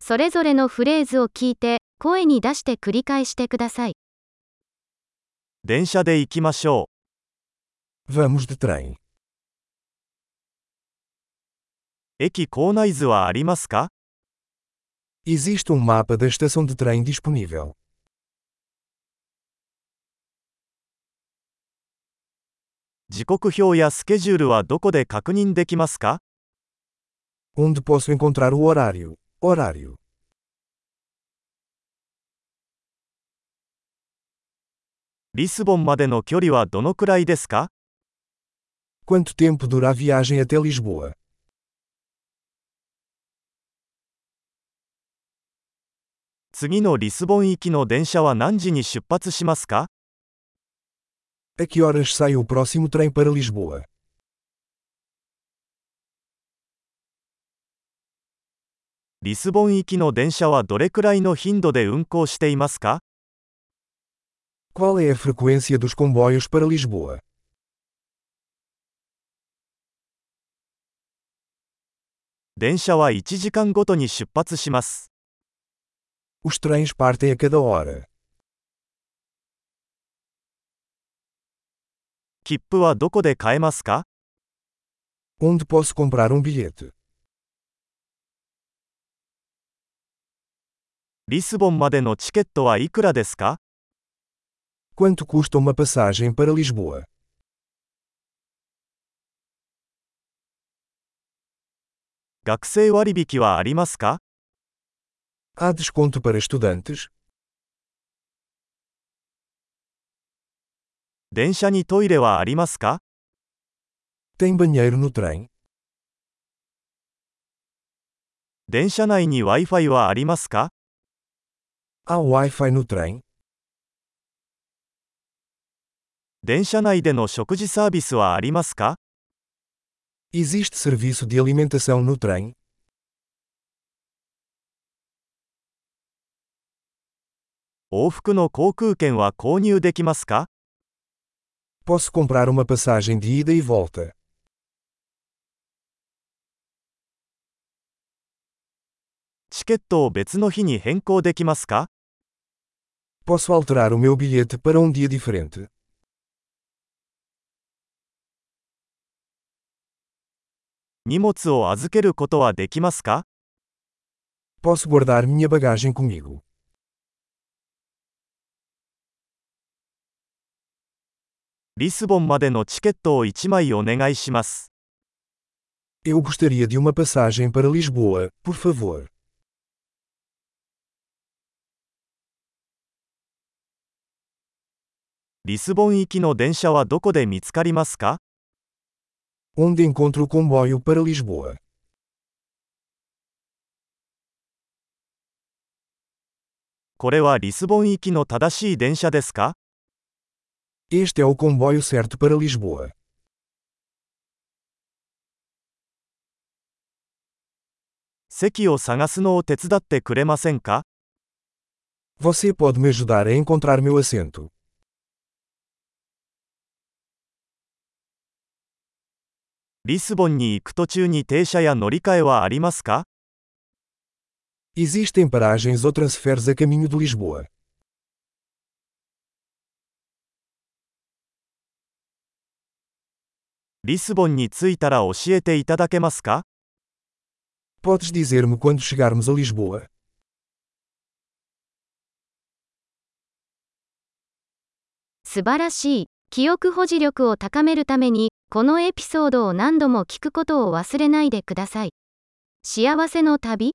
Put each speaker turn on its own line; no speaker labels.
それぞれのフレーズを聞いて、声に出して繰り返してください。
電車で行きましょ
Vamos de trem.
う。駅構内図はありますか
Existe um mapa da estação de trem disponível.
時刻表やスケジュールはどこで確認できますか
Onde posso encontrar o horário? Horário.
リスボンまでの距離はどのくらいですか
Quanto tempo dura a viagem até Lisboa?
次のリスボン行きの電車は何時に出発しますか
A que horas sai o próximo trem para Lisboa?
リスボン行きの電車はどれくらいの頻度で運行していますか
Qual é a frequência dos comboios para Lisboa?
電車は1時間ごとに出発します。
Os trens partem a cada hora.
切符はどこで買えますか
Onde posso comprar um bilhete?
リスボンまでのチケットはいくらですか
Quanto custa uma passagem para Lisboa?
学生割引はありますか
Há desconto para estudantes?
電車にトイレはありますか
Tem banheiro no trem?
電車内に Wi-Fi はありますか
Há Wi-Fi no trem?
電車内での食事サービスはありますか
Existe serviço de alimentação no trem?
往復の航空券は購入できますか
Posso comprar uma passagem de ida e volta.
チケットを別の日に変更できますか
Posso alterar o meu bilhete para um dia diferente.
?2 物を預けることはできますか
Posso guardar minha bagagem comigo.
リスボンまでのチケットを1枚お願いします。
Eu gostaria de uma passagem para Lisboa, por favor.
リスボン行きの電車はどこで見つかりますか
Onde encontro o comboio para Lisboa?
これはリスボン行きの正しい電車ですか
Este é o comboio certo para Lisboa.
席を探すのを手伝ってくれませんか
Você pode me ajudar a encontrar meu assento.
リスボンに行く途中に停車や乗り換えはありますか
Existem paragens ou transfers a caminho de Lisboa.
リスボンに着いたら教えていただけますか
Podes dizer-me quando chegarmos a Lisboa?
素晴らしい。記憶保持力を高めるために、このエピソードを何度も聞くことを忘れないでください。幸せの旅